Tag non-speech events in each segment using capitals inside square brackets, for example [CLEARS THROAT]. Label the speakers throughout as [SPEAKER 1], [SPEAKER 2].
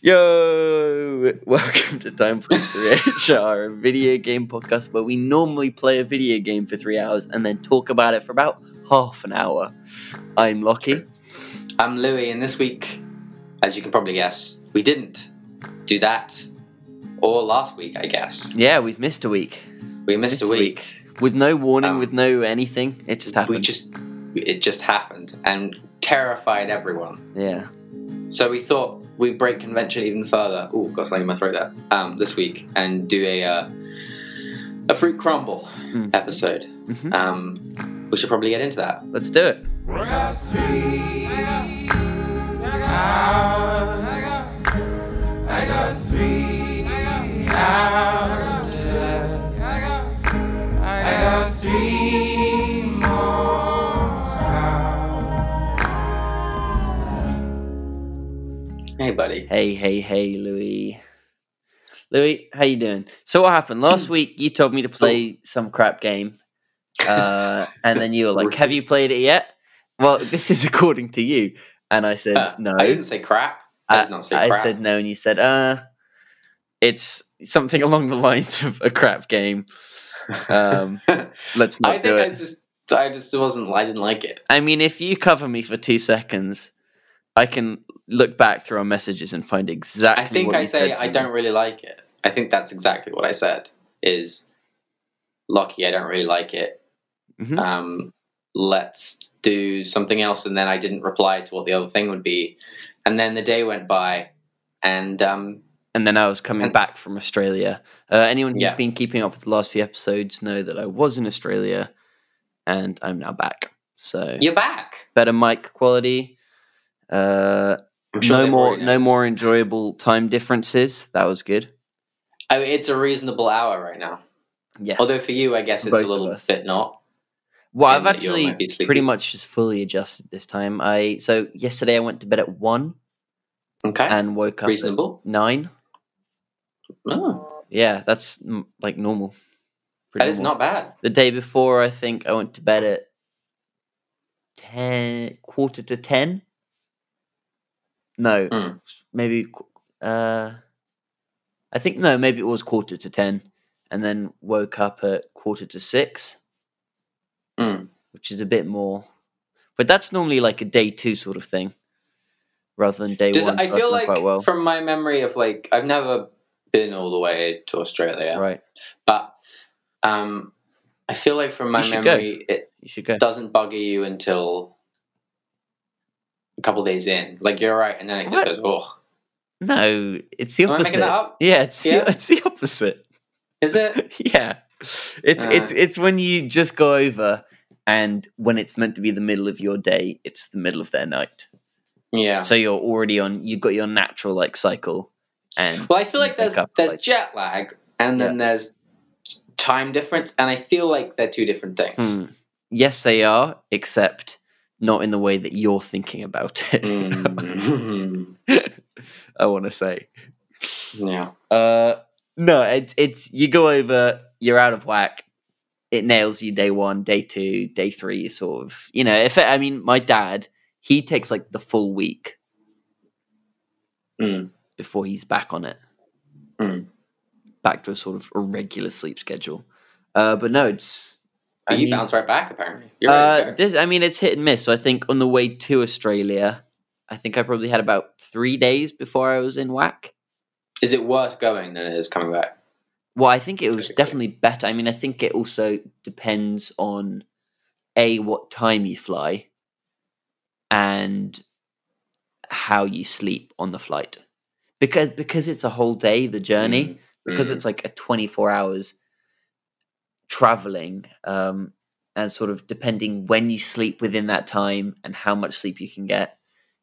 [SPEAKER 1] Yo, [LAUGHS] welcome to Time for [LAUGHS] 3 HR, a video game podcast where we normally play a video game for three hours and then talk about it for about half an hour. I'm Lockie.
[SPEAKER 2] I'm Louis, and this week, as you can probably guess, we didn't do that. Or last week, I guess.
[SPEAKER 1] Yeah, we've missed a week.
[SPEAKER 2] We missed, a week.
[SPEAKER 1] With no warning,
[SPEAKER 2] Um,
[SPEAKER 1] with no anything. It just happened.
[SPEAKER 2] We just, it just happened and terrified everyone.
[SPEAKER 1] yeah.
[SPEAKER 2] So we thought we'd break convention even further. Ooh, got something in my throat there. Um, this week and do a uh, a fruit crumble
[SPEAKER 1] Mm.
[SPEAKER 2] episode.
[SPEAKER 1] Mhm.
[SPEAKER 2] Um, we should probably get into that.
[SPEAKER 1] Let's do it.
[SPEAKER 2] Hey, buddy.
[SPEAKER 1] Hey, hey, hey, Louis. Louis, how you doing? So what happened
[SPEAKER 2] [CLEARS THROAT]
[SPEAKER 1] last week? You told me to play
[SPEAKER 2] Oh.
[SPEAKER 1] some crap game, uh, and then you were like,
[SPEAKER 2] [LAUGHS]
[SPEAKER 1] "Have you played it yet?" Well, this is [LAUGHS] according to you, and I said
[SPEAKER 2] [LAUGHS] Uh,
[SPEAKER 1] no.
[SPEAKER 2] I didn't say crap. I did not say
[SPEAKER 1] I
[SPEAKER 2] crap.
[SPEAKER 1] said no, and you said, "Uh, it's something [LAUGHS] along the lines of a crap game."
[SPEAKER 2] [LAUGHS]
[SPEAKER 1] Um, let's not
[SPEAKER 2] I
[SPEAKER 1] do
[SPEAKER 2] think
[SPEAKER 1] it.
[SPEAKER 2] I just, I just wasn't. I didn't like it.
[SPEAKER 1] I mean, if you cover me for two seconds, I can look back through our messages and find exactly.
[SPEAKER 2] I think
[SPEAKER 1] what
[SPEAKER 2] I
[SPEAKER 1] you
[SPEAKER 2] say
[SPEAKER 1] said
[SPEAKER 2] I
[SPEAKER 1] to me.
[SPEAKER 2] don't really like it. I think that's exactly what I said. Is lucky I don't really like it.
[SPEAKER 1] Mhm.
[SPEAKER 2] Um, let's do something else, and then I didn't reply to what the other thing would be, and then the day went by, and um,
[SPEAKER 1] and then I was coming
[SPEAKER 2] And-
[SPEAKER 1] back from Australia. Uh, anyone who's
[SPEAKER 2] Yeah.
[SPEAKER 1] been keeping up with the last few episodes know that I was in Australia, and I'm now back. So
[SPEAKER 2] you're back.
[SPEAKER 1] better mic quality, uh,
[SPEAKER 2] I'm
[SPEAKER 1] no
[SPEAKER 2] they've
[SPEAKER 1] more
[SPEAKER 2] already
[SPEAKER 1] no
[SPEAKER 2] noticed.
[SPEAKER 1] more enjoyable time differences. That was good.
[SPEAKER 2] I mean, it's a reasonable hour right now.
[SPEAKER 1] Yeah.
[SPEAKER 2] Although for you, I guess it's
[SPEAKER 1] Both
[SPEAKER 2] a
[SPEAKER 1] of
[SPEAKER 2] little
[SPEAKER 1] us.
[SPEAKER 2] bit not.
[SPEAKER 1] Well, I've
[SPEAKER 2] and that you
[SPEAKER 1] actually
[SPEAKER 2] might be sleepy.
[SPEAKER 1] pretty much just fully adjusted this time. I so yesterday I went to bed at one
[SPEAKER 2] Okay,
[SPEAKER 1] and woke up at
[SPEAKER 2] reasonable.
[SPEAKER 1] nine.
[SPEAKER 2] Oh,
[SPEAKER 1] Yeah, that's mm, like normal. Pretty
[SPEAKER 2] that is
[SPEAKER 1] normal.
[SPEAKER 2] not bad.
[SPEAKER 1] the day before i think i went to bed at 10 quarter to 10 no
[SPEAKER 2] Mm.
[SPEAKER 1] maybe qu- uh i think no maybe it was quarter to 10 and then woke up at quarter to 6
[SPEAKER 2] Mm.
[SPEAKER 1] which is a bit more but that's normally like a day 2 sort of thing rather than day
[SPEAKER 2] Does,
[SPEAKER 1] 1 so
[SPEAKER 2] I
[SPEAKER 1] I've
[SPEAKER 2] feel
[SPEAKER 1] done
[SPEAKER 2] like
[SPEAKER 1] quite well
[SPEAKER 2] from my memory of like I've never been all the way to Australia,
[SPEAKER 1] right
[SPEAKER 2] but um, I feel like from my
[SPEAKER 1] You should go.
[SPEAKER 2] memory it
[SPEAKER 1] you should go
[SPEAKER 2] doesn't bugger you until a couple days in. Like you're right, and then it just
[SPEAKER 1] What?
[SPEAKER 2] goes, oh,
[SPEAKER 1] no it's the
[SPEAKER 2] am I
[SPEAKER 1] opposite
[SPEAKER 2] making that up?
[SPEAKER 1] yeah it's
[SPEAKER 2] Yeah?
[SPEAKER 1] The, [LAUGHS] it's the opposite
[SPEAKER 2] Is it?
[SPEAKER 1] [LAUGHS] yeah, it's
[SPEAKER 2] Uh.
[SPEAKER 1] it's it's when you just go over, and when it's meant to be the middle of your day, it's the middle of their night.
[SPEAKER 2] Yeah.
[SPEAKER 1] So you're already on. You've got your natural like cycle, and
[SPEAKER 2] Well, I feel
[SPEAKER 1] you
[SPEAKER 2] like there's
[SPEAKER 1] pick up,
[SPEAKER 2] there's
[SPEAKER 1] like-
[SPEAKER 2] jet lag, and then there's time difference, and I feel like they're two different things.
[SPEAKER 1] Hmm. yes, they are, except not in the way that you're thinking about it.
[SPEAKER 2] Mm.
[SPEAKER 1] [LAUGHS] I want to say.
[SPEAKER 2] [LAUGHS] yeah.
[SPEAKER 1] Uh, no, it's it's you go over, you're out of whack. It nails you day one, day two, day three, sort of. You know, if I mean, my dad, he takes like the full week
[SPEAKER 2] Mm.
[SPEAKER 1] before he's back on it,
[SPEAKER 2] Mm.
[SPEAKER 1] back to a sort of a regular sleep schedule. Uh, but no, it's I
[SPEAKER 2] But you
[SPEAKER 1] mean,
[SPEAKER 2] bounce right back apparently. You're already
[SPEAKER 1] uh,
[SPEAKER 2] there.
[SPEAKER 1] this. I mean, it's hit and miss. So I think on the way to Australia, I think I probably had about three days before I was in whack.
[SPEAKER 2] Is it worse going than it is coming back?
[SPEAKER 1] Well, I think it was
[SPEAKER 2] Okay.
[SPEAKER 1] definitely better. I mean, I think it also depends on a what time you fly and how you sleep on the flight. Because because it's a whole day the journey,
[SPEAKER 2] Mm,
[SPEAKER 1] because
[SPEAKER 2] mm.
[SPEAKER 1] it's like a 24 hours traveling um and sort of depending when you sleep within that time and how much sleep you can get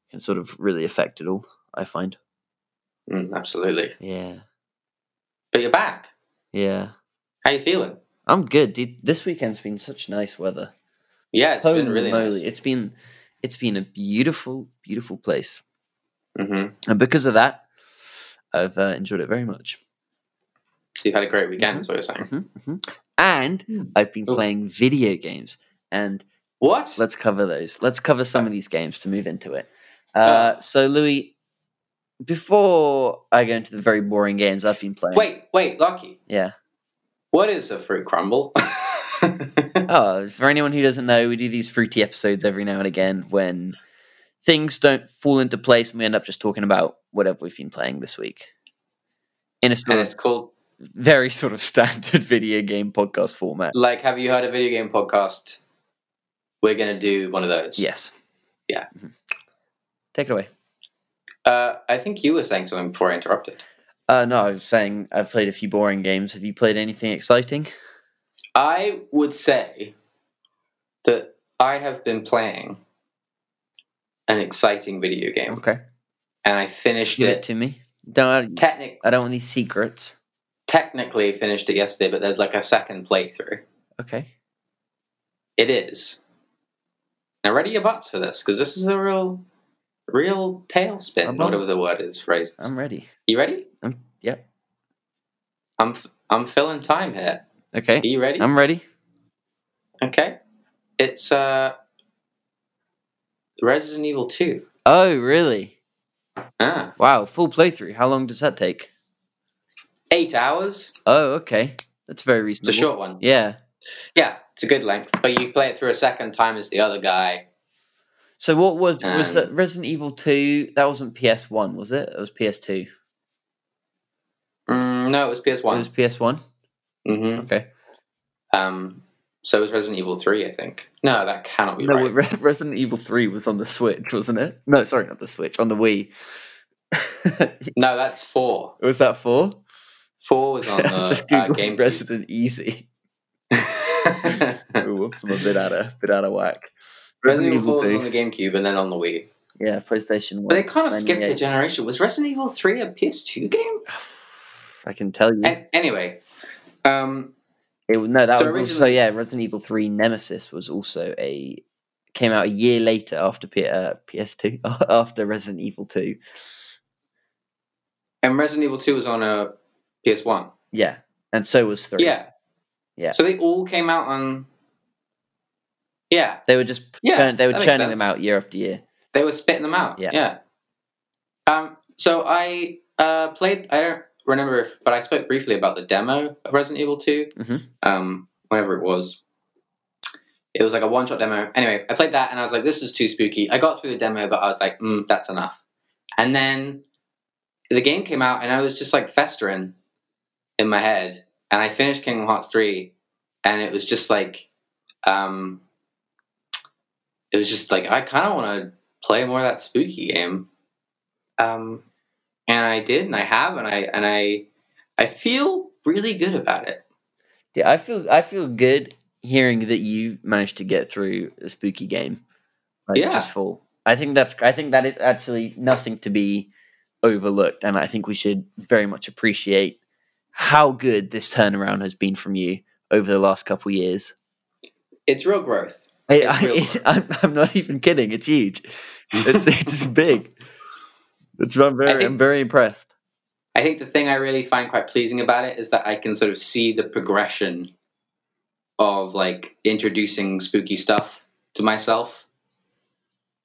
[SPEAKER 1] can sort of really affect it all, I find.
[SPEAKER 2] Mm, absolutely.
[SPEAKER 1] Yeah.
[SPEAKER 2] But you're back.
[SPEAKER 1] Yeah.
[SPEAKER 2] How you feeling?
[SPEAKER 1] I'm good, dude. This weekend's been such nice weather.
[SPEAKER 2] Yeah, it's been
[SPEAKER 1] Holy
[SPEAKER 2] really
[SPEAKER 1] moly,
[SPEAKER 2] nice.
[SPEAKER 1] It's been it's been a beautiful, beautiful place,
[SPEAKER 2] hmm
[SPEAKER 1] and because of that, I've uh, enjoyed it very much.
[SPEAKER 2] So you've had a great weekend, is what you're saying.
[SPEAKER 1] hmm hmm And I've been
[SPEAKER 2] Oh.
[SPEAKER 1] playing video games, and
[SPEAKER 2] What?
[SPEAKER 1] let's cover those. Let's cover some of these games to move into it. Uh, so, Louis, before I go into the very boring games I've been playing.
[SPEAKER 2] Wait, wait, Lucky. [LAUGHS]
[SPEAKER 1] Yeah.
[SPEAKER 2] What is a fruit crumble? [LAUGHS]
[SPEAKER 1] Oh, for anyone who doesn't know, we do these fruity episodes every now and again when things don't fall into place and we end up just talking about whatever we've been playing this week. In a sort
[SPEAKER 2] and
[SPEAKER 1] of
[SPEAKER 2] it's called
[SPEAKER 1] very sort of [LAUGHS] standard video game podcast format.
[SPEAKER 2] like have you heard a video game podcast? We're gonna do one of those.
[SPEAKER 1] Yes.
[SPEAKER 2] Yeah.
[SPEAKER 1] Mhm. Take it away.
[SPEAKER 2] Uh, I think you were saying something before I interrupted.
[SPEAKER 1] Uh, no, I was saying I've played a few boring games. Have you played anything exciting?
[SPEAKER 2] I would say that I have been playing an exciting video game,
[SPEAKER 1] Okay.
[SPEAKER 2] and I finished
[SPEAKER 1] Give it
[SPEAKER 2] it.
[SPEAKER 1] to me. Don't,
[SPEAKER 2] Technic-
[SPEAKER 1] I don't want these secrets.
[SPEAKER 2] technically finished it yesterday, but there's like a second playthrough.
[SPEAKER 1] Okay.
[SPEAKER 2] It is. Now, ready your butts for this, because this is a real, real tailspin,
[SPEAKER 1] I'm on.
[SPEAKER 2] whatever the word is, phrases.
[SPEAKER 1] I'm ready.
[SPEAKER 2] you ready?
[SPEAKER 1] I'm, yep.
[SPEAKER 2] I'm, f- I'm filling time here.
[SPEAKER 1] Okay.
[SPEAKER 2] Are you ready?
[SPEAKER 1] I'm ready.
[SPEAKER 2] okay. It's uh, Resident Evil 2.
[SPEAKER 1] Oh, really?
[SPEAKER 2] Ah.
[SPEAKER 1] Wow. Full playthrough. How long does that take?
[SPEAKER 2] Eight hours.
[SPEAKER 1] Oh, okay. That's very
[SPEAKER 2] It's a
[SPEAKER 1] reasonable.
[SPEAKER 2] short one.
[SPEAKER 1] Yeah.
[SPEAKER 2] Yeah, it's a good length, but you play it through a second time as the other guy.
[SPEAKER 1] So what was was
[SPEAKER 2] Um,
[SPEAKER 1] that Resident Evil Two? That wasn't PS One, was it? It was PS Two.
[SPEAKER 2] Mm, no, it was PS
[SPEAKER 1] It
[SPEAKER 2] One.
[SPEAKER 1] was PS One.
[SPEAKER 2] hmm
[SPEAKER 1] Okay.
[SPEAKER 2] Um, so it was Resident Evil Three, I think. No, that cannot be
[SPEAKER 1] No,
[SPEAKER 2] right.
[SPEAKER 1] Re- Resident Evil Three was on the Switch, wasn't it? No, sorry, not the Switch. On the Wii. [LAUGHS]
[SPEAKER 2] No, that's four.
[SPEAKER 1] was that four? [LAUGHS]
[SPEAKER 2] Four was on the
[SPEAKER 1] I just
[SPEAKER 2] uh,
[SPEAKER 1] googled
[SPEAKER 2] GameCube. [LAUGHS]
[SPEAKER 1] Resident Easy. Ooh, Whoops, I'm a bit out of bit out of whack.
[SPEAKER 2] Resident Evil Four was on the GameCube and then on the Wii.
[SPEAKER 1] Yeah, PlayStation
[SPEAKER 2] But they
[SPEAKER 1] One.
[SPEAKER 2] kind of skipped a
[SPEAKER 1] 98.
[SPEAKER 2] generation. Was Resident Evil Three a PS2 game?
[SPEAKER 1] [SIGHS] I can tell you.
[SPEAKER 2] An- anyway, um,
[SPEAKER 1] It, was- no, that
[SPEAKER 2] So
[SPEAKER 1] was also
[SPEAKER 2] originally-
[SPEAKER 1] yeah. Resident Evil Three Nemesis was also a came out a year later after P- uh, PS2 [LAUGHS] after Resident Evil Two.
[SPEAKER 2] and Resident Evil Two was on a PS One.
[SPEAKER 1] Yeah, and so was three.
[SPEAKER 2] Yeah,
[SPEAKER 1] Yeah.
[SPEAKER 2] So they all came out on. Yeah,
[SPEAKER 1] they were just
[SPEAKER 2] Yeah,
[SPEAKER 1] churn- they were
[SPEAKER 2] that makes
[SPEAKER 1] churning them
[SPEAKER 2] sense.
[SPEAKER 1] out year after year.
[SPEAKER 2] They were spitting them out.
[SPEAKER 1] Yeah.
[SPEAKER 2] Yeah. Um, so I uh, played. I don't remember, if, but I spoke briefly about the demo of Resident Evil 2
[SPEAKER 1] Mhm.
[SPEAKER 2] Um, whenever it was, it was like a one-shot demo. Anyway, I played that, and I was like, "This is too spooky." I got through the demo, but I was like, mm, "That's enough." And then the game came out, and I was just like festering in my head. And I finished Kingdom Hearts three, and it was just like, um, it was just like I kind of want to play more of that spooky game. Um, and I did, and I have, and I and I I feel really good about it.
[SPEAKER 1] Yeah, I feel I feel good hearing that you managed to get through a spooky game. Like
[SPEAKER 2] Yeah.
[SPEAKER 1] just full. I think that's I think that is actually nothing to be overlooked, and I think we should very much appreciate how good this turnaround has been from you over the last couple of years.
[SPEAKER 2] It's real growth.
[SPEAKER 1] I,
[SPEAKER 2] It's
[SPEAKER 1] I,
[SPEAKER 2] real
[SPEAKER 1] it's-
[SPEAKER 2] work.
[SPEAKER 1] [LAUGHS] I'm, I'm not even kidding. It's huge.
[SPEAKER 2] [LAUGHS]
[SPEAKER 1] It's it's big. It's, I'm very I'm
[SPEAKER 2] think-
[SPEAKER 1] very impressed.
[SPEAKER 2] I think the thing I really find quite pleasing about it is that I can sort of see the progression of like introducing spooky stuff to myself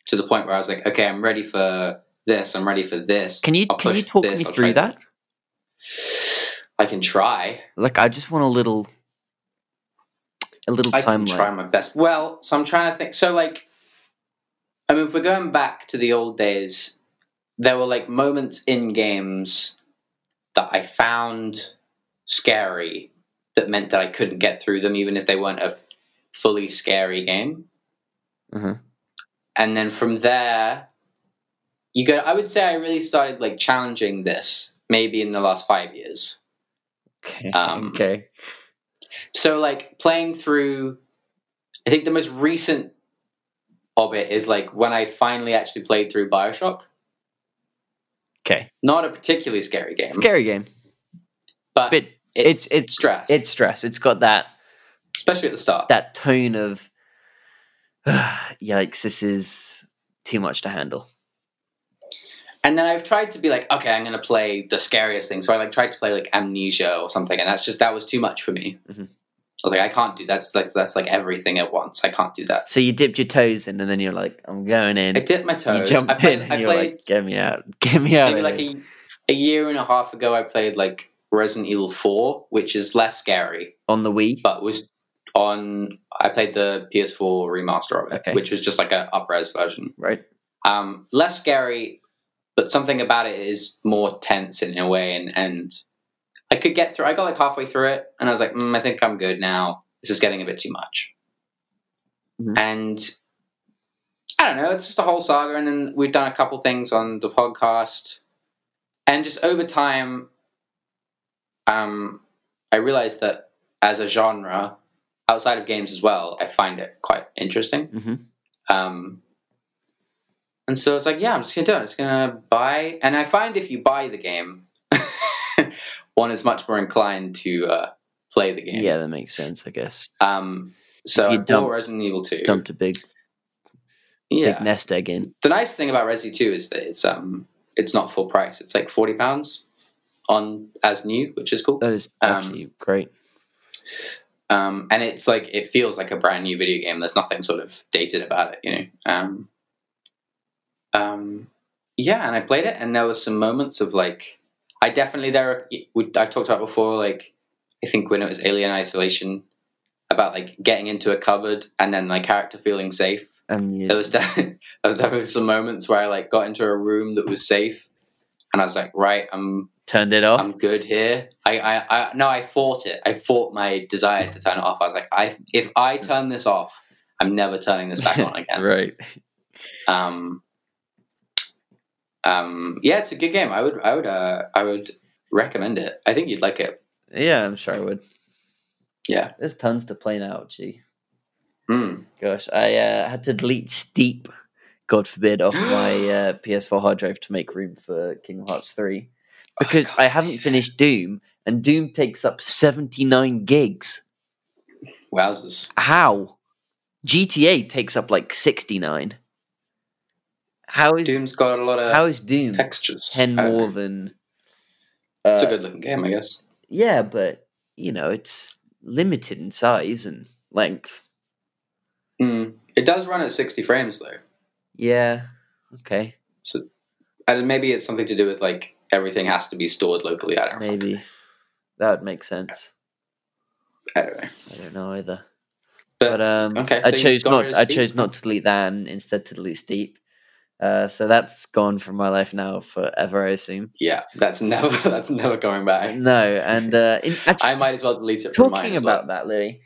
[SPEAKER 2] to the point where I was like, okay, I'm ready for this. I'm ready for this.
[SPEAKER 1] Can you
[SPEAKER 2] I'll
[SPEAKER 1] can you
[SPEAKER 2] push
[SPEAKER 1] talk
[SPEAKER 2] this,
[SPEAKER 1] me
[SPEAKER 2] I'll
[SPEAKER 1] through
[SPEAKER 2] try
[SPEAKER 1] that?
[SPEAKER 2] I can try.
[SPEAKER 1] Like I just want a little a little
[SPEAKER 2] I can try
[SPEAKER 1] timeline.
[SPEAKER 2] my best. Well, so I'm trying to think. So, like, I mean, if we're going back to the old days, there were like moments in games that I found scary that meant that I couldn't get through them, even if they weren't a fully scary game.
[SPEAKER 1] Mhm.
[SPEAKER 2] And then from there, you go. I would say I really started like challenging this maybe in the last five years.
[SPEAKER 1] Okay.
[SPEAKER 2] um,
[SPEAKER 1] okay.
[SPEAKER 2] So like playing through, I think the most recent of it is like when I finally actually played through Bioshock.
[SPEAKER 1] Okay.
[SPEAKER 2] Not a particularly scary game,
[SPEAKER 1] Scary game.
[SPEAKER 2] but
[SPEAKER 1] But it's it's
[SPEAKER 2] stress,
[SPEAKER 1] it's stress. It's got that
[SPEAKER 2] especially at the start.
[SPEAKER 1] that tone of [SIGHS] yikes, this is too much to handle.
[SPEAKER 2] and then I've tried to be like, okay, I'm going to play the scariest thing. So I like tried to play like Amnesia or something, and that's just that was too much for me.
[SPEAKER 1] Mhm.
[SPEAKER 2] I was like, I can't do that's like that's like everything at once. I can't do that.
[SPEAKER 1] So you dipped your toes in, and then you're like, "I'm going in."
[SPEAKER 2] I dipped my
[SPEAKER 1] You
[SPEAKER 2] toes.
[SPEAKER 1] jumped
[SPEAKER 2] I played,
[SPEAKER 1] in, and
[SPEAKER 2] I
[SPEAKER 1] you're
[SPEAKER 2] played
[SPEAKER 1] like, "Get me out! Get me out!"
[SPEAKER 2] maybe
[SPEAKER 1] of
[SPEAKER 2] like
[SPEAKER 1] here."
[SPEAKER 2] a, a year and a half ago. I played like Resident Evil Four, which is less scary,
[SPEAKER 1] on the Wii.
[SPEAKER 2] but was on. I played the PS4 remaster of it,
[SPEAKER 1] Okay.
[SPEAKER 2] which was just like a upres version.
[SPEAKER 1] Right.
[SPEAKER 2] Um, less scary, but something about it is more tense in a way. And and I could get through. I got like halfway through it, and I was like, mm, I think I'm good now. This is getting a bit too much.
[SPEAKER 1] Mhm.
[SPEAKER 2] And I don't know. It's just a whole saga, and then we've done a couple things on the podcast, and just over time, um, I realized that as a genre, outside of games as well, I find it quite interesting.
[SPEAKER 1] hmm
[SPEAKER 2] Um, and so it's like, yeah, I'm just gonna do it. I'm just gonna buy. And I find if you buy the game, [LAUGHS] one is much more inclined to uh, play the game.
[SPEAKER 1] Yeah, that makes sense. I guess
[SPEAKER 2] Um, so
[SPEAKER 1] If you
[SPEAKER 2] I
[SPEAKER 1] dump-
[SPEAKER 2] bought Resident Evil Two.
[SPEAKER 1] dumped a big, big
[SPEAKER 2] yeah.
[SPEAKER 1] nest egg in.
[SPEAKER 2] The nice thing about Resi Two is that it's um it's not full price. It's like forty pounds on as new, which is cool.
[SPEAKER 1] That is
[SPEAKER 2] Um,
[SPEAKER 1] actually great.
[SPEAKER 2] Um, and it's like it feels like a brand new video game. There's nothing sort of dated about it, you know. Um, um, yeah, and I played it, and there was some moments of like, I definitely there. we- I've talked about before, like I think when it was Alien Isolation, about like getting into a cupboard and then my character feeling safe.
[SPEAKER 1] And you,
[SPEAKER 2] There was def- [LAUGHS] there was definitely some moments where I like got into a room that was safe, and I was like, right, I'm
[SPEAKER 1] turned it off.
[SPEAKER 2] I'm good here. I, I, I, no, I fought it. I fought my desire to turn it off. I was like, I, if I turn this off, I'm never turning this
[SPEAKER 1] [LAUGHS]
[SPEAKER 2] back on again.
[SPEAKER 1] Mm. right.
[SPEAKER 2] Um, um, yeah, it's a good game. I would, I would, uh, I would recommend it. I think you'd like it.
[SPEAKER 1] Yeah, I'm sure I would.
[SPEAKER 2] Yeah.
[SPEAKER 1] There's tons to play now. Gee,
[SPEAKER 2] Mm.
[SPEAKER 1] gosh, I uh, had to delete Steep, God forbid, off my
[SPEAKER 2] [GASPS]
[SPEAKER 1] uh, PS4 hard drive to make room for Kingdom Hearts three,
[SPEAKER 2] Oh,
[SPEAKER 1] because I haven't finished Doom, and Doom takes up 79 gigs.
[SPEAKER 2] Wowzers!
[SPEAKER 1] How? GTA takes up like 69. How is
[SPEAKER 2] Doom's got a lot of
[SPEAKER 1] how is Doom
[SPEAKER 2] textures.
[SPEAKER 1] 10
[SPEAKER 2] I don't
[SPEAKER 1] more
[SPEAKER 2] know.
[SPEAKER 1] than
[SPEAKER 2] It's a
[SPEAKER 1] uh,
[SPEAKER 2] good looking game, I guess.
[SPEAKER 1] Yeah, but you know, it's limited in size and length.
[SPEAKER 2] Mm. It does run at 60 frames though,
[SPEAKER 1] Yeah. Okay.
[SPEAKER 2] and maybe it's something to do with like everything has to be stored locally. I don't. know.
[SPEAKER 1] Maybe that would make sense.
[SPEAKER 2] I don't know.
[SPEAKER 1] I don't know either.
[SPEAKER 2] But-
[SPEAKER 1] But um
[SPEAKER 2] okay,
[SPEAKER 1] I
[SPEAKER 2] so
[SPEAKER 1] chose
[SPEAKER 2] you've got
[SPEAKER 1] not
[SPEAKER 2] rid of
[SPEAKER 1] I
[SPEAKER 2] Steep?
[SPEAKER 1] chose not to delete that and instead to delete Steep. Uh, so that's gone from my life now forever, I assume.
[SPEAKER 2] Yeah, that's [LAUGHS] never that's never going back.
[SPEAKER 1] No,
[SPEAKER 2] [LAUGHS]
[SPEAKER 1] and uh, in, actually,
[SPEAKER 2] I might as well delete
[SPEAKER 1] [LAUGHS]
[SPEAKER 2] it from mine.
[SPEAKER 1] talking
[SPEAKER 2] as well.
[SPEAKER 1] about that, Louis.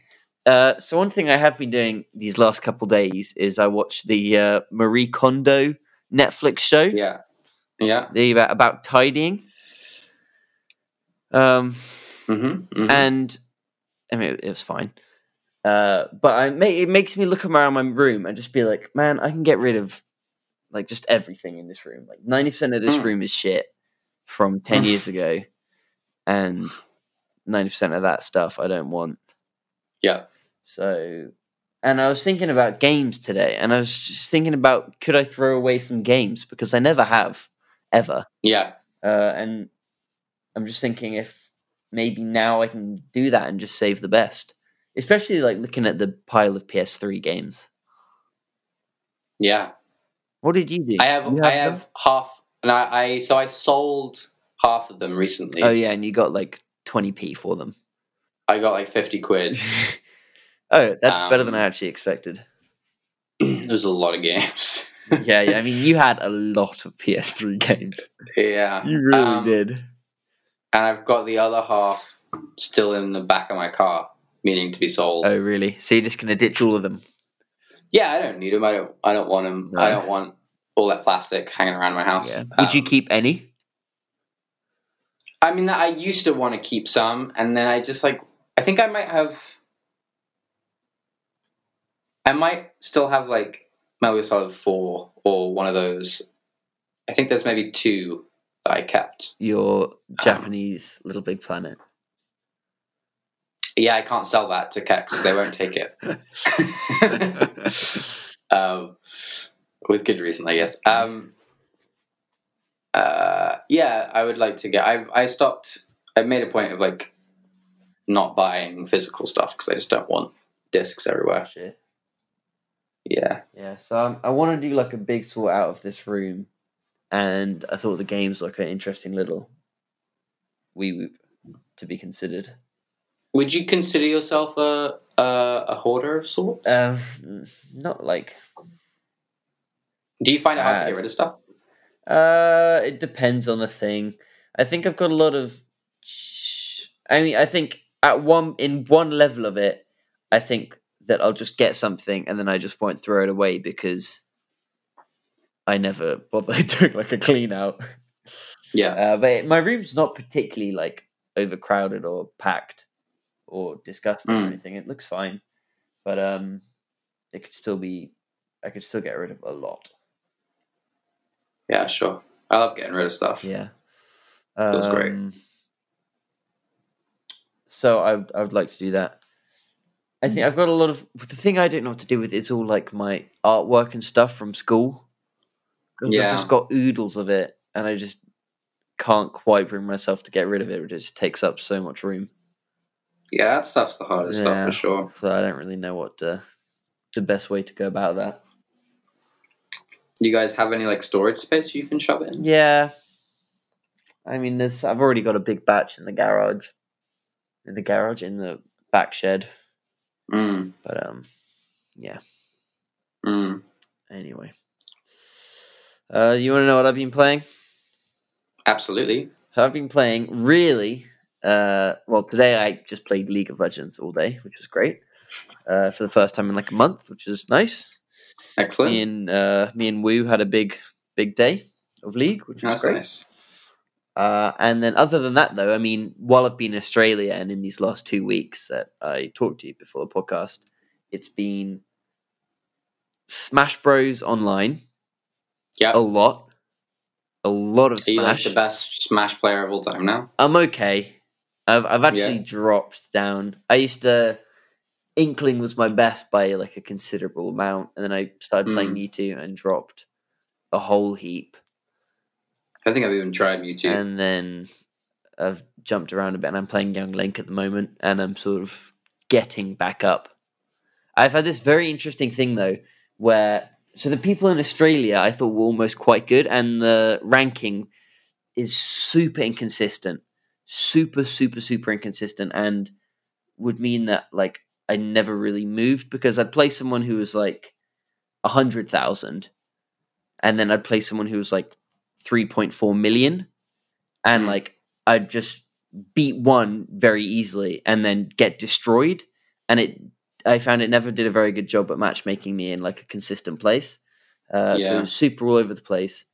[SPEAKER 1] Uh, so one thing I have been doing these last couple days is I watched the uh, Marie Kondo Netflix show
[SPEAKER 2] Yeah, yeah.
[SPEAKER 1] the, about, about tidying. Um,
[SPEAKER 2] Mm-hmm.
[SPEAKER 1] and I mean, it was fine. Uh, but I ma- it makes me look around my room and just be like, man, I can get rid of like just everything in this room. Like ninety percent of this
[SPEAKER 2] Mm.
[SPEAKER 1] room is shit from ten
[SPEAKER 2] Mm.
[SPEAKER 1] years ago, and ninety percent of that stuff I don't want.
[SPEAKER 2] Yeah.
[SPEAKER 1] So, and I was thinking about games today, and I was just thinking about could I throw away some games because I never have ever
[SPEAKER 2] yeah,
[SPEAKER 1] uh, and I'm just thinking if maybe now I can do that and just save the best, especially like looking at the pile of PS3 games.
[SPEAKER 2] yeah.
[SPEAKER 1] What did you do?
[SPEAKER 2] I have,
[SPEAKER 1] You
[SPEAKER 2] I
[SPEAKER 1] them?
[SPEAKER 2] have half, and I, I so I sold half of them recently.
[SPEAKER 1] Oh yeah, and you got like 20p for
[SPEAKER 2] [LAUGHS]
[SPEAKER 1] them.
[SPEAKER 2] I got like
[SPEAKER 1] [LAUGHS]
[SPEAKER 2] fifty quid.
[SPEAKER 1] oh, that's better than I
[SPEAKER 2] Um,
[SPEAKER 1] actually
[SPEAKER 2] [LAUGHS]
[SPEAKER 1] expected.
[SPEAKER 2] it was a lot of games. [LAUGHS]
[SPEAKER 1] Yeah, yeah, I mean, you had a lot of PS3 games.
[SPEAKER 2] yeah,
[SPEAKER 1] You really
[SPEAKER 2] Um,
[SPEAKER 1] did.
[SPEAKER 2] and I've got the other half still in the back of my car, meaning to be sold.
[SPEAKER 1] Oh, really? So you're just gonna ditch all of them?
[SPEAKER 2] yeah, I don't need them. I don't. I don't want them.
[SPEAKER 1] No.
[SPEAKER 2] I don't want all that plastic hanging around my house.
[SPEAKER 1] Yeah. Would you
[SPEAKER 2] Um,
[SPEAKER 1] keep any?
[SPEAKER 2] I mean, I used to want to keep some, and then I just like, I think I might have, I might still have like Metal Gear Solid Four or one of those. I think there's maybe two that I kept. um,
[SPEAKER 1] Your Japanese Little Big
[SPEAKER 2] [LAUGHS]
[SPEAKER 1] Planet.
[SPEAKER 2] Yeah, I can't sell that to Keck because they won't
[SPEAKER 1] [LAUGHS]
[SPEAKER 2] take it. [LAUGHS] um, with good reason, I guess. Um, uh, yeah, I would like to get. I've I stopped. I made a point of like not buying physical stuff because I just don't want discs everywhere.
[SPEAKER 1] Shit.
[SPEAKER 2] Yeah.
[SPEAKER 1] Yeah, so I'm, I want to do like a big sort out of this room, and I thought the game's like an interesting little wee whoop to be considered.
[SPEAKER 2] Would you consider yourself a a, a hoarder of sorts?
[SPEAKER 1] Um, not like
[SPEAKER 2] Do you find it hard to
[SPEAKER 1] bad.
[SPEAKER 2] get rid of stuff?
[SPEAKER 1] Uh, it depends on the thing. I think I've got a lot of. sh- I mean, I think at one in one level of it, I think that I'll just get something and then I just won't throw it away because I never bother [LAUGHS] doing like a clean out.
[SPEAKER 2] Yeah.
[SPEAKER 1] Uh, but my room's not particularly like overcrowded or packed or disgusting or
[SPEAKER 2] Mm.
[SPEAKER 1] anything. It looks fine, but um, it could still be. I could still get rid of a lot.
[SPEAKER 2] Yeah, sure. I love getting rid of stuff.
[SPEAKER 1] Yeah.
[SPEAKER 2] Feels great.
[SPEAKER 1] Um, So I would- I would like to do that. I
[SPEAKER 2] Mm.
[SPEAKER 1] think I've got a lot of the thing I don't know what to do with is all like my artwork and stuff from school. 'Cause I've
[SPEAKER 2] Yeah.
[SPEAKER 1] just got oodles of it, and I just can't quite bring myself to get rid of it. It just takes up so much room,
[SPEAKER 2] Yeah, that stuff's the hardest stuff
[SPEAKER 1] Yeah.
[SPEAKER 2] for sure.
[SPEAKER 1] so I don't really know what uh the best way to go about that.
[SPEAKER 2] You guys have any like storage space you can shove it in?
[SPEAKER 1] Yeah. I mean, there's. I've already got a big batch in the garage, in the garage in the back shed.
[SPEAKER 2] Mm,
[SPEAKER 1] But um,
[SPEAKER 2] mm.
[SPEAKER 1] anyway. Uh, you want to know what I've been playing?
[SPEAKER 2] Absolutely.
[SPEAKER 1] I've been playing really. Uh, well, today I just played League of Legends all day, which was great. Uh, for the first time in like a month, which is nice.
[SPEAKER 2] Excellent.
[SPEAKER 1] Me and uh, me and Wu had a big, big day of League, which was
[SPEAKER 2] That's
[SPEAKER 1] great.
[SPEAKER 2] nice.
[SPEAKER 1] Uh, and then, other than that, though, I mean, while I've been in Australia and in these last two weeks that I talked to you before the podcast, it's been Smash Bros. Online.
[SPEAKER 2] Yeah.
[SPEAKER 1] A lot. A lot of
[SPEAKER 2] Are you like
[SPEAKER 1] Smash.
[SPEAKER 2] the best Smash player of all time now?
[SPEAKER 1] I'm okay. I've, I've actually dropped down. I used to. Inkling was my best by like a considerable amount. And then I started
[SPEAKER 2] Hmm.
[SPEAKER 1] playing Mewtwo and dropped a whole heap.
[SPEAKER 2] I think I've even tried Mewtwo.
[SPEAKER 1] and then I've jumped around a bit, and I'm playing Young Link at the moment, and I'm sort of getting back up. I've had this very interesting thing though, where so the people in Australia I thought were almost quite good, and the ranking is super inconsistent, super super super inconsistent, and would mean that like I never really moved because I'd play someone who was like a hundred thousand, and then I'd play someone who was like three point four million, and
[SPEAKER 2] Mm.
[SPEAKER 1] like I'd just beat one very easily and then get destroyed, and it I found it never did a very good job at matchmaking me in like a consistent place. Uh, So it
[SPEAKER 2] Yeah.
[SPEAKER 1] was super all over the place,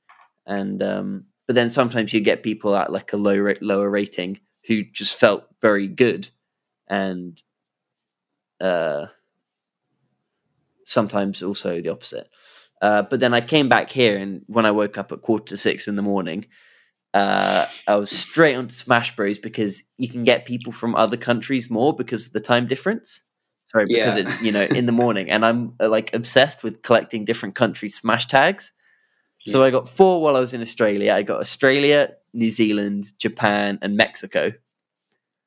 [SPEAKER 1] and um, but then sometimes you get people at like a low ra- lower rating who just felt very good, and uh, sometimes also the opposite. Uh, but then I came back here, and when I woke up at quarter to six in the morning, uh, I was straight onto Smash Bros. because you can get people from other countries more because of the time difference. Sorry, because
[SPEAKER 2] Yeah.
[SPEAKER 1] it's you know in the morning, and I'm uh, like obsessed with collecting different country Smash tags. So I got four while I was in Australia. I got Australia, New Zealand, Japan, and Mexico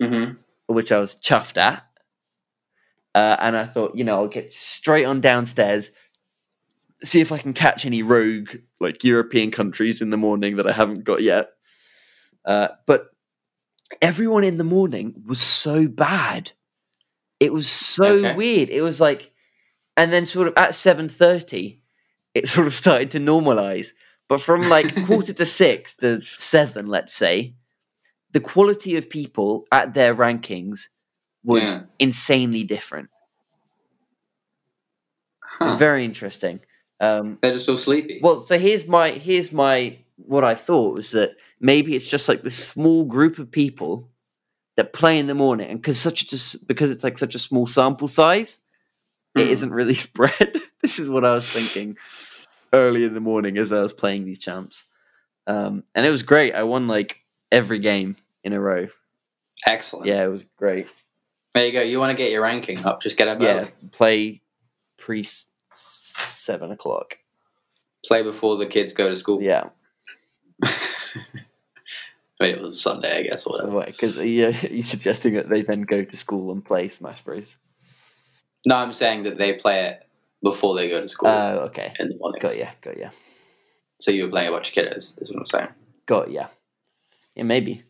[SPEAKER 2] Mhm.
[SPEAKER 1] which I was chuffed at. Uh, and I thought, you know, I'll get straight on downstairs, see if I can catch any rogue, like European countries in the morning that I haven't got yet. Uh, but everyone in the morning was so bad. It was so
[SPEAKER 2] Okay.
[SPEAKER 1] weird. It was like, and then sort of at 7.30, it [LAUGHS] sort of started to normalize. But from like quarter to six to seven, let's say, the quality of people at their rankings was
[SPEAKER 2] Yeah.
[SPEAKER 1] insanely different.
[SPEAKER 2] Huh.
[SPEAKER 1] Very interesting. Um,
[SPEAKER 2] They're just all sleepy.
[SPEAKER 1] well, so here's my here's my what I thought was that maybe it's just like this small group of people that play in the morning, and because such a, s- because it's like such a small sample size, it
[SPEAKER 2] Hmm.
[SPEAKER 1] isn't really [LAUGHS] spread. this is what I was thinking early in the morning as I was playing these champs, um, and it was great. I won like every game in a row.
[SPEAKER 2] Excellent.
[SPEAKER 1] Yeah, it was great.
[SPEAKER 2] There you go. You want to get your ranking up? Just get up
[SPEAKER 1] yeah,
[SPEAKER 2] early.
[SPEAKER 1] play pre s- seven o'clock.
[SPEAKER 2] Play before the kids go to school.
[SPEAKER 1] Yeah,
[SPEAKER 2] but it was Sunday, I guess, or whatever.
[SPEAKER 1] Because are [LAUGHS] you, are you suggesting that they then go to school and play Smash Bros?
[SPEAKER 2] No, I'm saying that they play it before they go to
[SPEAKER 1] Oh,
[SPEAKER 2] school
[SPEAKER 1] okay.
[SPEAKER 2] in the morning.
[SPEAKER 1] Got ya, got ya,
[SPEAKER 2] So you were playing a bunch of kiddos, is what I'm saying. [LAUGHS]
[SPEAKER 1] got ya. Yeah, maybe.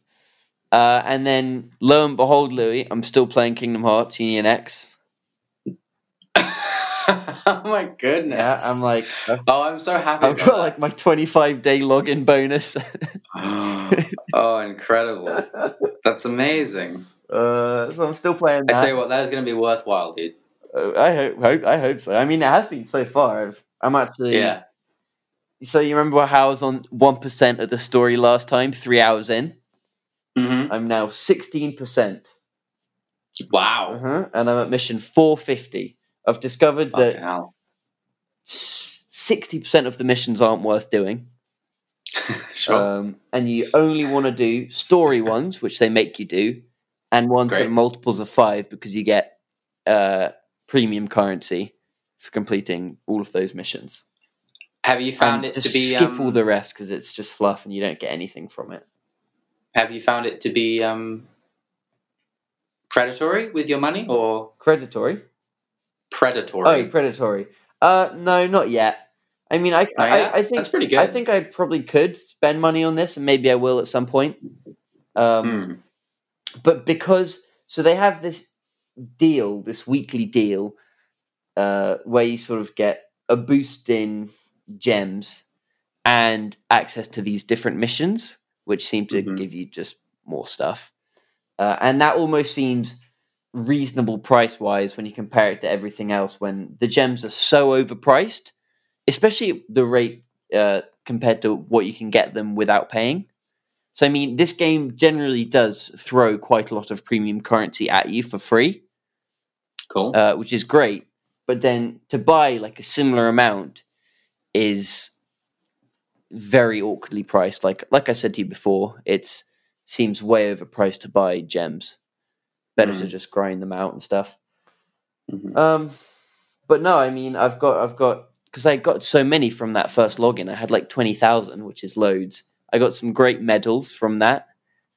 [SPEAKER 1] Uh, and then lo and behold, Louis, I'm still playing Kingdom Hearts Union X.
[SPEAKER 2] oh my goodness!
[SPEAKER 1] Yeah, I'm like,
[SPEAKER 2] oh, I'm so happy.
[SPEAKER 1] I've
[SPEAKER 2] about
[SPEAKER 1] got like my 25 day login bonus. [LAUGHS]
[SPEAKER 2] that. [GASPS] oh, incredible! That's amazing.
[SPEAKER 1] Uh, so I'm still playing
[SPEAKER 2] I
[SPEAKER 1] that.
[SPEAKER 2] tell you what, that is going to be worthwhile, dude.
[SPEAKER 1] Uh, I hope, hope, I hope so. I mean, it has been so far. I've, I'm actually.
[SPEAKER 2] Yeah,
[SPEAKER 1] So you remember how I was on one percent of the story last time, three hours in.
[SPEAKER 2] hmm
[SPEAKER 1] I'm now sixteen percent,
[SPEAKER 2] Wow.
[SPEAKER 1] uh-huh. and I'm at mission four fifty. I've discovered
[SPEAKER 2] Fucking
[SPEAKER 1] that
[SPEAKER 2] hell.
[SPEAKER 1] sixty percent of the missions aren't worth doing,
[SPEAKER 2] Sure.
[SPEAKER 1] um, and you only want to do story ones, which they make you do, and ones that
[SPEAKER 2] Great.
[SPEAKER 1] are multiples of five because you get uh, premium currency for completing all of those missions.
[SPEAKER 2] have you found
[SPEAKER 1] and
[SPEAKER 2] it to
[SPEAKER 1] just
[SPEAKER 2] be
[SPEAKER 1] skip
[SPEAKER 2] um,
[SPEAKER 1] all the rest because it's just fluff and you don't get anything from it.
[SPEAKER 2] Have you found it to be um, predatory with your money or
[SPEAKER 1] Predatory.
[SPEAKER 2] predatory?
[SPEAKER 1] Oh, predatory. Uh, no, not yet. I mean, I,
[SPEAKER 2] Not
[SPEAKER 1] I,
[SPEAKER 2] yet?
[SPEAKER 1] I think
[SPEAKER 2] Oh, that's pretty good.
[SPEAKER 1] I think I probably could spend money on this, and maybe I will at some point. Um,
[SPEAKER 2] Hmm.
[SPEAKER 1] But because so they have this deal, this weekly deal, uh, where you sort of get a boost in gems and access to these different missions, which seem to
[SPEAKER 2] Mhm.
[SPEAKER 1] give you just more stuff. Uh, and that almost seems reasonable price wise when you compare it to everything else when the gems are so overpriced, especially the rate uh, compared to what you can get them without paying. So, I mean, this game generally does throw quite a lot of premium currency at you for free
[SPEAKER 2] Cool.
[SPEAKER 1] uh, which is great. But then to buy like a similar amount is very awkwardly priced. Like like I said to you before, it's seems way overpriced to buy gems. Better to
[SPEAKER 2] Mm.
[SPEAKER 1] just grind them out and stuff.
[SPEAKER 2] Mhm.
[SPEAKER 1] Um, but no, I mean I've got I've got because I got so many from that first login. I had like twenty thousand, which is loads. I got some great medals from that,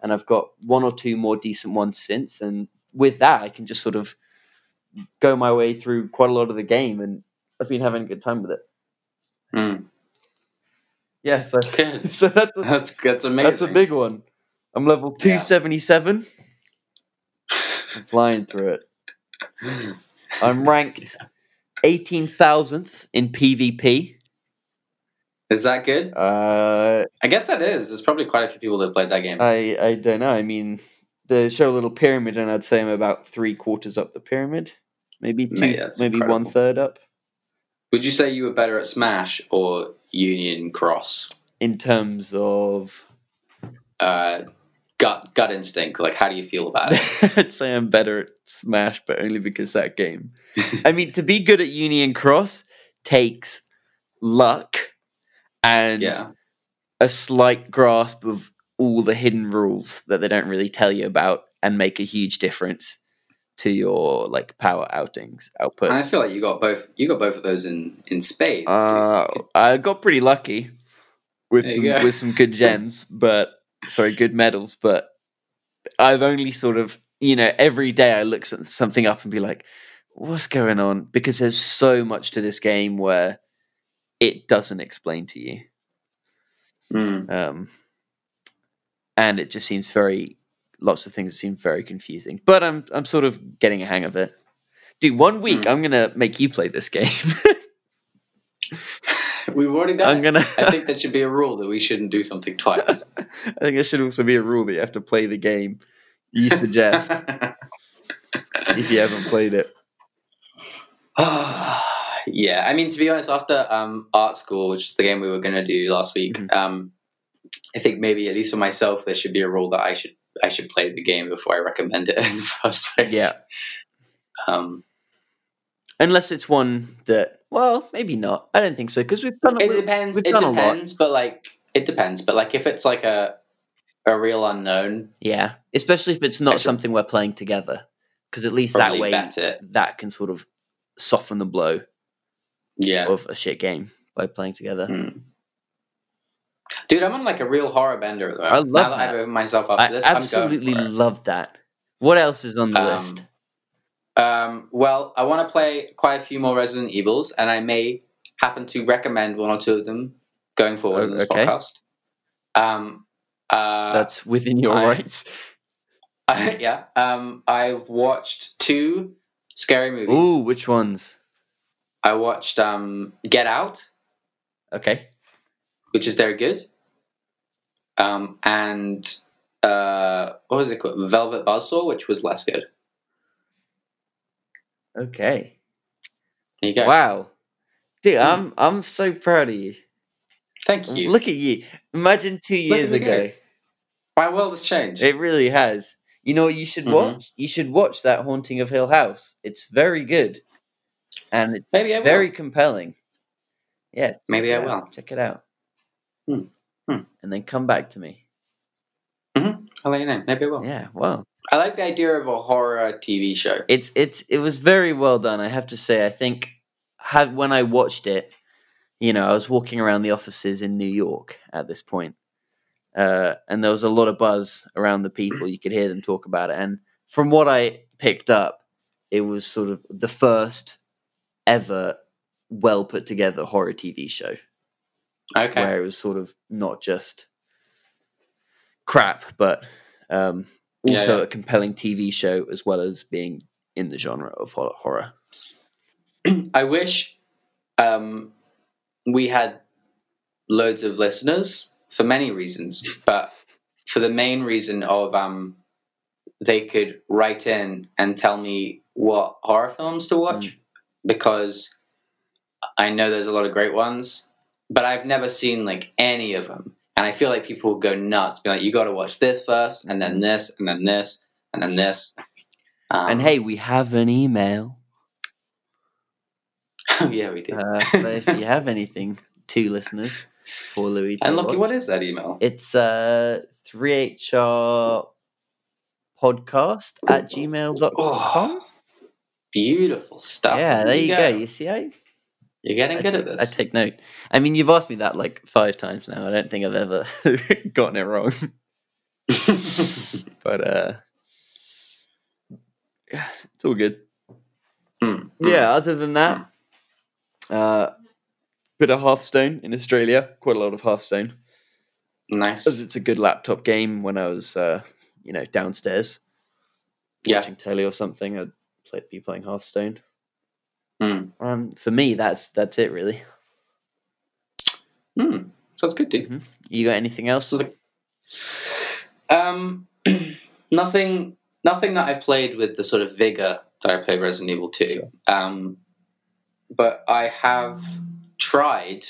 [SPEAKER 1] and I've got one or two more decent ones since. And with that, I can just sort of go my way through quite a lot of the game, and I've been having a good time with it.
[SPEAKER 2] Mm.
[SPEAKER 1] Yeah, so [LAUGHS]
[SPEAKER 2] Good. [LAUGHS]
[SPEAKER 1] so that's a,
[SPEAKER 2] That's that's amazing.
[SPEAKER 1] that's a big one. I'm level
[SPEAKER 2] Yeah.
[SPEAKER 1] two seventy seven, flying through it. [LAUGHS] I'm ranked eighteen thousandth in PvP.
[SPEAKER 2] [LAUGHS] is that good?
[SPEAKER 1] Uh,
[SPEAKER 2] I guess that is. There's probably quite a few people that played that game.
[SPEAKER 1] I I don't know. I mean, they show a little pyramid, and I'd say I'm about three quarters up the pyramid, maybe two,
[SPEAKER 2] Mate, that's
[SPEAKER 1] maybe one
[SPEAKER 2] incredible.
[SPEAKER 1] third up
[SPEAKER 2] Would you say you were better at Smash or Union Cross?
[SPEAKER 1] in terms of. [LAUGHS]
[SPEAKER 2] Uh, gut gut instinct. Like, how do you feel
[SPEAKER 1] Uh, [LAUGHS]
[SPEAKER 2] about it?
[SPEAKER 1] I'd say I'm better at Smash, but only because that [LAUGHS] game. I mean, to be good at Union Cross takes luck and
[SPEAKER 2] yeah.
[SPEAKER 1] a slight grasp of all the hidden rules that they don't really tell you about and make a huge difference to your like power outings outputs.
[SPEAKER 2] And I feel like you got both. You got both of those in in spades. dude.
[SPEAKER 1] Uh, I got pretty lucky with
[SPEAKER 2] There
[SPEAKER 1] some,
[SPEAKER 2] you go.
[SPEAKER 1] with some good gems, but sorry, good medals. But I've only sort of you know every day I look some- something up and be like, what's going on? Because there's so much to this game where it doesn't explain to you,
[SPEAKER 2] Mm.
[SPEAKER 1] um, and it just seems very lots of things that seem very confusing. But I'm I'm sort of getting a hang of it. Dude, one week
[SPEAKER 2] Hmm.
[SPEAKER 1] I'm gonna make you play this [LAUGHS]
[SPEAKER 2] [LAUGHS]
[SPEAKER 1] game.
[SPEAKER 2] We've already done.
[SPEAKER 1] I'm
[SPEAKER 2] it.
[SPEAKER 1] gonna.
[SPEAKER 2] I think that should be a rule that we shouldn't do
[SPEAKER 1] [LAUGHS]
[SPEAKER 2] something twice.
[SPEAKER 1] I think there should also be a rule that you have to play the game you
[SPEAKER 2] [LAUGHS]
[SPEAKER 1] suggest if you haven't played it.
[SPEAKER 2] [SIGHS] yeah, I mean, to be honest, after um, art school, which is the game we were going to do last week,
[SPEAKER 1] Mhm.
[SPEAKER 2] um, I think maybe at least for myself, there should be a rule that I should I should play the game before I recommend it [LAUGHS] in the first place.
[SPEAKER 1] Yeah.
[SPEAKER 2] Um,
[SPEAKER 1] Unless it's one that, well, maybe not. I don't think so because we've done.
[SPEAKER 2] it
[SPEAKER 1] we-
[SPEAKER 2] depends. It
[SPEAKER 1] we've done a lot.
[SPEAKER 2] depends, but like it depends. But like if it's like a a real unknown,
[SPEAKER 1] yeah, especially if it's not
[SPEAKER 2] Actually-
[SPEAKER 1] something we're playing together, because at least
[SPEAKER 2] probably
[SPEAKER 1] that way
[SPEAKER 2] bet it.
[SPEAKER 1] that can sort of soften the blow
[SPEAKER 2] Yeah.
[SPEAKER 1] of a shit game by playing together.
[SPEAKER 2] Mm. Dude, I'm on like a real horror bender though.
[SPEAKER 1] I love
[SPEAKER 2] now that.
[SPEAKER 1] that.
[SPEAKER 2] I've opened myself up
[SPEAKER 1] I
[SPEAKER 2] to this.
[SPEAKER 1] absolutely
[SPEAKER 2] I'm going for it.
[SPEAKER 1] love that. What else is on the
[SPEAKER 2] Um,
[SPEAKER 1] list?
[SPEAKER 2] Um, well, I want to play quite a few more Resident Evils, and I may happen to recommend one or two of them going forward in this
[SPEAKER 1] Okay.
[SPEAKER 2] podcast. Um, uh,
[SPEAKER 1] That's within your
[SPEAKER 2] I-
[SPEAKER 1] rights.
[SPEAKER 2] [LAUGHS] yeah. Um, I've watched two scary movies.
[SPEAKER 1] Ooh, which ones?
[SPEAKER 2] I watched um, Get Out,
[SPEAKER 1] Okay.
[SPEAKER 2] which is very good, um, and uh, what was it called? Velvet Buzzsaw, which was less good.
[SPEAKER 1] Okay.
[SPEAKER 2] There you go.
[SPEAKER 1] Wow. Dude, I'm I'm so proud of you.
[SPEAKER 2] Hmm. Thank you.
[SPEAKER 1] Look at you. Imagine two
[SPEAKER 2] Look at
[SPEAKER 1] years
[SPEAKER 2] the
[SPEAKER 1] ago.
[SPEAKER 2] game. My world has changed.
[SPEAKER 1] It really has. You know what you should
[SPEAKER 2] Mhm.
[SPEAKER 1] watch? You should watch that Haunting of Hill House. It's very good. And it's
[SPEAKER 2] Maybe I will.
[SPEAKER 1] very compelling. Yeah. check
[SPEAKER 2] Maybe
[SPEAKER 1] it
[SPEAKER 2] I
[SPEAKER 1] out.
[SPEAKER 2] will.
[SPEAKER 1] Check it out.
[SPEAKER 2] Hmm. Hmm.
[SPEAKER 1] And then come back to me.
[SPEAKER 2] I'll let you know. Maybe I will.
[SPEAKER 1] Yeah, wow.
[SPEAKER 2] I like the idea of a horror TV show.
[SPEAKER 1] It's it's it was very well done, I have to say. I think had when I watched it, you know, I was walking around the offices in New York at this point. Uh, and there was a lot of buzz around the people. You could hear them talk about it. And from what I picked up, it was sort of the first ever well put together horror TV show
[SPEAKER 2] Okay.
[SPEAKER 1] where it was sort of not just crap, but um,
[SPEAKER 2] Yeah,
[SPEAKER 1] also
[SPEAKER 2] yeah.
[SPEAKER 1] a compelling TV show as well as being in the genre of hor- horror.
[SPEAKER 2] I wish um, we had loads of listeners for many reasons, but for the main reason of um, they could write in and tell me what horror films to watch
[SPEAKER 1] Mm.
[SPEAKER 2] because I know there's a lot of great ones, but I've never seen like any of them. And I feel like people will go nuts, be like, you got to watch this first, and then this, and then this, and then this. Um,
[SPEAKER 1] and hey, we have an email.
[SPEAKER 2] [LAUGHS] yeah, we did.
[SPEAKER 1] Uh, so if you have anything, two listeners for Louis. to
[SPEAKER 2] and Lucky,
[SPEAKER 1] watch.
[SPEAKER 2] what is that email?
[SPEAKER 1] It's uh, 3HR podcast at gmail.com.
[SPEAKER 2] Oh, beautiful stuff.
[SPEAKER 1] Yeah, there you go. You see, I,
[SPEAKER 2] You're getting
[SPEAKER 1] I,
[SPEAKER 2] good at
[SPEAKER 1] take-
[SPEAKER 2] this.
[SPEAKER 1] I take note. I mean, you've asked me that like five times now. I don't think I've ever [LAUGHS] gotten it wrong.
[SPEAKER 2] [LAUGHS] but
[SPEAKER 1] uh yeah, it's all good [LAUGHS] yeah
[SPEAKER 2] yeah,
[SPEAKER 1] other than that uh bit of hearthstone in australia quite a lot of hearthstone
[SPEAKER 2] nice.
[SPEAKER 1] as it's a good laptop game when i was uh you know downstairs
[SPEAKER 2] Yeah.
[SPEAKER 1] watching telly or something i'd play, be playing hearthstone
[SPEAKER 2] Mm.
[SPEAKER 1] um for me that's that's it really
[SPEAKER 2] Mm, sounds good, dude.
[SPEAKER 1] you got anything else
[SPEAKER 2] Look- Um, [CLEARS THROAT] nothing, nothing that I've played with the sort of vigor that I played Resident Evil Two.
[SPEAKER 1] Sure.
[SPEAKER 2] Um, but I have tried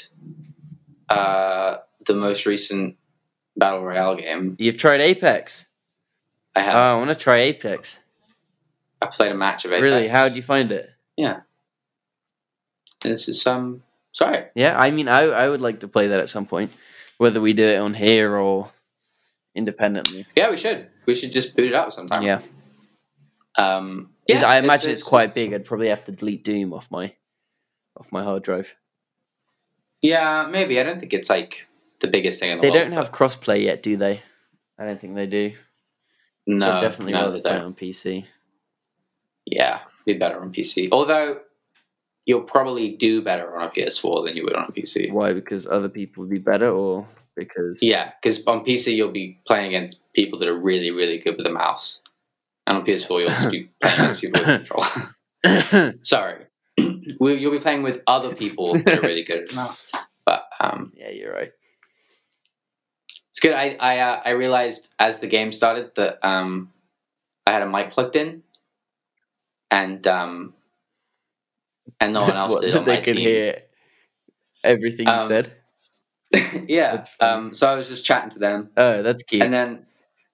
[SPEAKER 2] uh, the most recent battle royale game.
[SPEAKER 1] you've tried apex
[SPEAKER 2] I
[SPEAKER 1] oh
[SPEAKER 2] have.
[SPEAKER 1] i want to try apex.
[SPEAKER 2] I played a match of it.
[SPEAKER 1] really how do you find it
[SPEAKER 2] This is um. Sorry.
[SPEAKER 1] Yeah, I mean, I I would like to play that at some point, whether we do it on here or independently.
[SPEAKER 2] Yeah, we should. We should just boot it up sometime.
[SPEAKER 1] Yeah,
[SPEAKER 2] Um,
[SPEAKER 1] 'Cause
[SPEAKER 2] yeah,
[SPEAKER 1] I imagine it's, quite big. I'd probably have to delete Doom off my off my hard drive.
[SPEAKER 2] Yeah, maybe. I don't think it's like the biggest thing in the
[SPEAKER 1] They
[SPEAKER 2] world.
[SPEAKER 1] don't have crossplay yet, do they? I don't think they do.
[SPEAKER 2] but no,
[SPEAKER 1] I'd definitely
[SPEAKER 2] no,
[SPEAKER 1] rather
[SPEAKER 2] they
[SPEAKER 1] play it on
[SPEAKER 2] don't.
[SPEAKER 1] PC.
[SPEAKER 2] Yeah, be better on PC. Although you'll probably do better on a PS4 than you would on a PC.
[SPEAKER 1] Why? Because other people would be better, or because
[SPEAKER 2] Yeah, because on PC you'll be playing against people that are really, really good with a mouse, and on PS4 you'll just
[SPEAKER 1] [LAUGHS]
[SPEAKER 2] be playing against people with a controller.
[SPEAKER 1] [COUGHS] yeah,
[SPEAKER 2] [LAUGHS] Sorry, [CLEARS THROAT] Well, you'll be playing with other people that are really good at a mouse. But um,
[SPEAKER 1] you're right.
[SPEAKER 2] It's good. I I, uh, I realized as the game started that um, I had a mic plugged in, and um, and no
[SPEAKER 1] [LAUGHS]
[SPEAKER 2] one else
[SPEAKER 1] What,
[SPEAKER 2] did on
[SPEAKER 1] they
[SPEAKER 2] my
[SPEAKER 1] could
[SPEAKER 2] team.
[SPEAKER 1] hear everything you
[SPEAKER 2] Um,
[SPEAKER 1] said.
[SPEAKER 2] [LAUGHS] yeah.
[SPEAKER 1] That's funny.
[SPEAKER 2] Um, so I was just chatting to them,
[SPEAKER 1] Oh, that's cute.
[SPEAKER 2] and then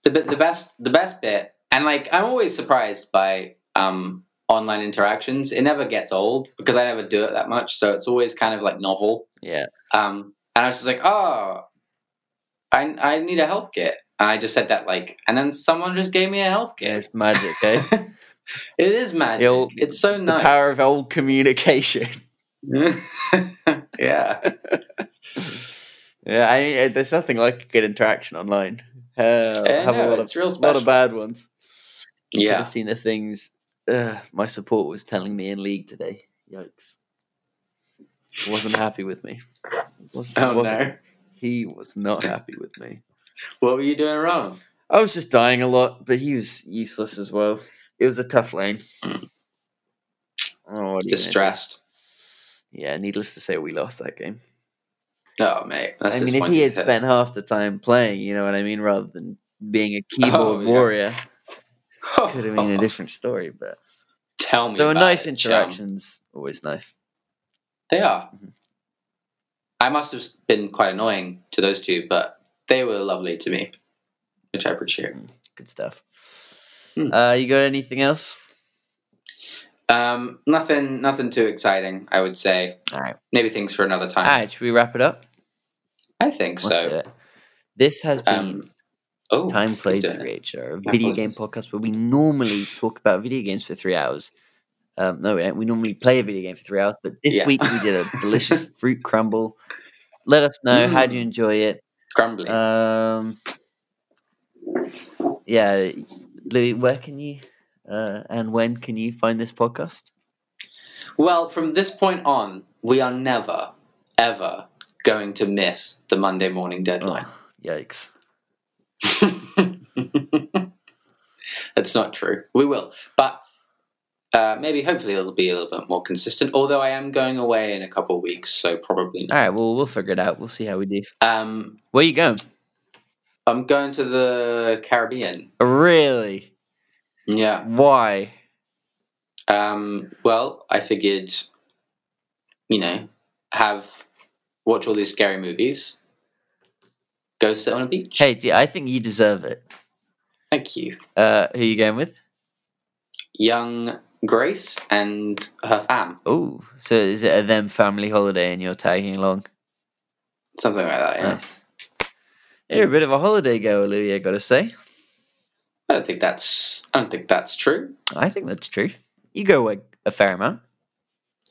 [SPEAKER 2] the bit- the best the best bit, and like I'm always surprised by um, online interactions. It never gets old because I never do it that much, so it's always kind of like novel.
[SPEAKER 1] yeah,
[SPEAKER 2] Um, and I was just like, oh, I, I need a health kit. And I just said that, like, and then someone just gave me a health
[SPEAKER 1] yeah,
[SPEAKER 2] kit.
[SPEAKER 1] it's magic,
[SPEAKER 2] [LAUGHS]
[SPEAKER 1] eh?
[SPEAKER 2] It is magic.
[SPEAKER 1] Yo,
[SPEAKER 2] it's so
[SPEAKER 1] the
[SPEAKER 2] nice.
[SPEAKER 1] power of old
[SPEAKER 2] [LAUGHS]
[SPEAKER 1] communication.
[SPEAKER 2] yeah.
[SPEAKER 1] Yeah, I mean, uh, there's nothing like a good interaction online. Hell, I
[SPEAKER 2] Yeah,
[SPEAKER 1] have
[SPEAKER 2] no,
[SPEAKER 1] a lot
[SPEAKER 2] it's
[SPEAKER 1] of
[SPEAKER 2] real
[SPEAKER 1] lot
[SPEAKER 2] special.
[SPEAKER 1] of bad ones. Should
[SPEAKER 2] yeah.
[SPEAKER 1] have seen the things uh, my support was telling me in league today. Yikes! Wasn't happy with me. Wasn't,
[SPEAKER 2] Oh
[SPEAKER 1] wasn't-
[SPEAKER 2] no.
[SPEAKER 1] He was not happy with me.
[SPEAKER 2] What were you doing wrong?
[SPEAKER 1] I was just dying a lot, but he was useless as well. It was a tough lane. Oh,
[SPEAKER 2] Mm.
[SPEAKER 1] what are you gonna do?
[SPEAKER 2] Distressed.
[SPEAKER 1] Yeah, needless to say, we lost that game.
[SPEAKER 2] Oh mate. That's
[SPEAKER 1] I mean, if he
[SPEAKER 2] disappointing.
[SPEAKER 1] had spent half the time playing, you know what I mean, rather than being
[SPEAKER 2] [LAUGHS]
[SPEAKER 1] a keyboard
[SPEAKER 2] Oh, yeah.
[SPEAKER 1] warrior, could have
[SPEAKER 2] [LAUGHS]
[SPEAKER 1] been a different story. But
[SPEAKER 2] Oh, Tell me.
[SPEAKER 1] there were
[SPEAKER 2] about
[SPEAKER 1] nice
[SPEAKER 2] it, chum.
[SPEAKER 1] interactions, always nice.
[SPEAKER 2] They are.
[SPEAKER 1] Mhm.
[SPEAKER 2] I must have been quite annoying to those two, but they were lovely to me, which I appreciate.
[SPEAKER 1] Good stuff.
[SPEAKER 2] Hmm.
[SPEAKER 1] Uh, you got anything else?
[SPEAKER 2] Um, nothing, nothing too exciting, I would say.
[SPEAKER 1] All right.
[SPEAKER 2] Maybe things for another time.
[SPEAKER 1] All right, should we wrap it up?
[SPEAKER 2] I think
[SPEAKER 1] Let's do
[SPEAKER 2] so.
[SPEAKER 1] it. This has been
[SPEAKER 2] Um, oh,
[SPEAKER 1] Time
[SPEAKER 2] he's
[SPEAKER 1] Played
[SPEAKER 2] doing it.
[SPEAKER 1] 3HR, a
[SPEAKER 2] My
[SPEAKER 1] video game
[SPEAKER 2] apologies.
[SPEAKER 1] podcast where we normally talk about video games for three hours. Um, no, we don't. We normally play a video game for three hours, but this
[SPEAKER 2] Yeah.
[SPEAKER 1] week we did a
[SPEAKER 2] [LAUGHS]
[SPEAKER 1] delicious fruit crumble. Let us know how do you
[SPEAKER 2] Mm.
[SPEAKER 1] enjoy it.
[SPEAKER 2] Grumbly.
[SPEAKER 1] Um, yeah, Louis, where can you uh, and when can you find this podcast?
[SPEAKER 2] well, from this point on, we are never, ever going to miss the Monday morning deadline.
[SPEAKER 1] Oh, yikes!
[SPEAKER 2] [LAUGHS] That's not true. We will, but uh, maybe hopefully it'll be a little bit more consistent. Although I am going away in a couple of weeks, so probably
[SPEAKER 1] All
[SPEAKER 2] not.
[SPEAKER 1] right, well we'll figure it out. We'll see how we do.
[SPEAKER 2] Um,
[SPEAKER 1] Where you going?
[SPEAKER 2] I'm going to the Caribbean.
[SPEAKER 1] Really?
[SPEAKER 2] Yeah.
[SPEAKER 1] Why?
[SPEAKER 2] Um, well, I figured, you know, have watch all these scary movies, go sit on a beach.
[SPEAKER 1] Hey, d- I think you deserve it.
[SPEAKER 2] thank you,
[SPEAKER 1] Uh, who you going with?
[SPEAKER 2] young Grace and her fam,
[SPEAKER 1] Oh, so is it a them family holiday and you're tagging along?
[SPEAKER 2] something like that. Yeah.
[SPEAKER 1] Nice. You're a bit of a holiday goer, Louis. I gotta say.
[SPEAKER 2] I don't think that's. I don't think that's true.
[SPEAKER 1] I think that's true. You go away a fair amount.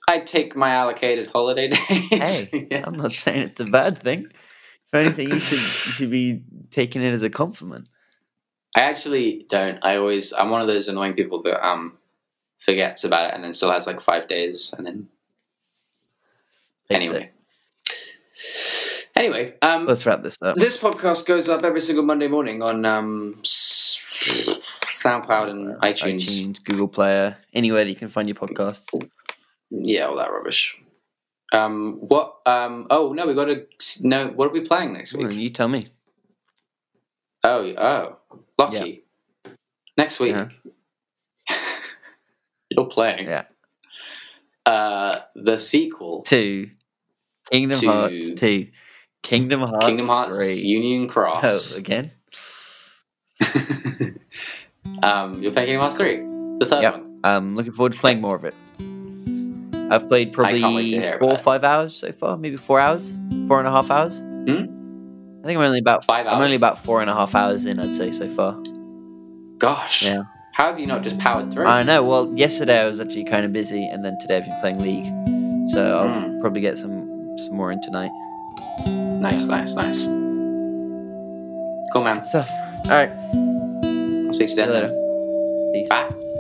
[SPEAKER 2] I take my allocated holiday [LAUGHS] days.
[SPEAKER 1] [LAUGHS]
[SPEAKER 2] Yeah.
[SPEAKER 1] I'm not saying it's a bad thing. If anything, you should you should be taking it as a compliment.
[SPEAKER 2] I actually don't. I always. I'm one of those annoying people that um forgets about it and then still has like five days and then
[SPEAKER 1] Takes
[SPEAKER 2] anyway.
[SPEAKER 1] it.
[SPEAKER 2] Anyway, um,
[SPEAKER 1] let's wrap this up.
[SPEAKER 2] this podcast goes up every single Monday morning on um, s- SoundCloud and iTunes.
[SPEAKER 1] iTunes, Google Player, anywhere that you can find your podcast.
[SPEAKER 2] Yeah, all that rubbish. Um, what? Um, oh no, we got to no. What are we playing next
[SPEAKER 1] Ooh,
[SPEAKER 2] week?
[SPEAKER 1] you tell me.
[SPEAKER 2] Oh, oh, lucky. Next week.
[SPEAKER 1] Yeah.
[SPEAKER 2] [LAUGHS] You're playing.
[SPEAKER 1] Uh-huh. Yeah.
[SPEAKER 2] Uh, the sequel,
[SPEAKER 1] Two, Kingdom
[SPEAKER 2] Two.
[SPEAKER 1] Hearts two, Kingdom Hearts,
[SPEAKER 2] Kingdom Hearts
[SPEAKER 1] three.
[SPEAKER 2] Union
[SPEAKER 1] Oh,
[SPEAKER 2] Cross.
[SPEAKER 1] again.
[SPEAKER 2] [LAUGHS] um, you're playing Kingdom Hearts three, the third
[SPEAKER 1] Yep.
[SPEAKER 2] one.
[SPEAKER 1] I'm looking forward to playing more of it. I've played probably
[SPEAKER 2] can't wait to hear
[SPEAKER 1] four or
[SPEAKER 2] about it.
[SPEAKER 1] five hours so far, maybe four hours, four and a half hours. I think I'm only about
[SPEAKER 2] Hmm? Five
[SPEAKER 1] I'm only
[SPEAKER 2] hours.
[SPEAKER 1] about four and a half hours in, I'd say so far.
[SPEAKER 2] Gosh.
[SPEAKER 1] Yeah.
[SPEAKER 2] How have you not just powered through?
[SPEAKER 1] I know. Well, yesterday I was actually kind of busy, and then today I've been playing League, so I'll
[SPEAKER 2] Mm.
[SPEAKER 1] probably get some some more in tonight.
[SPEAKER 2] Nice, nice, nice. Cool, man.
[SPEAKER 1] Good stuff. All right.
[SPEAKER 2] I'll speak to you
[SPEAKER 1] See you
[SPEAKER 2] then.
[SPEAKER 1] later. Peace.
[SPEAKER 2] Bye.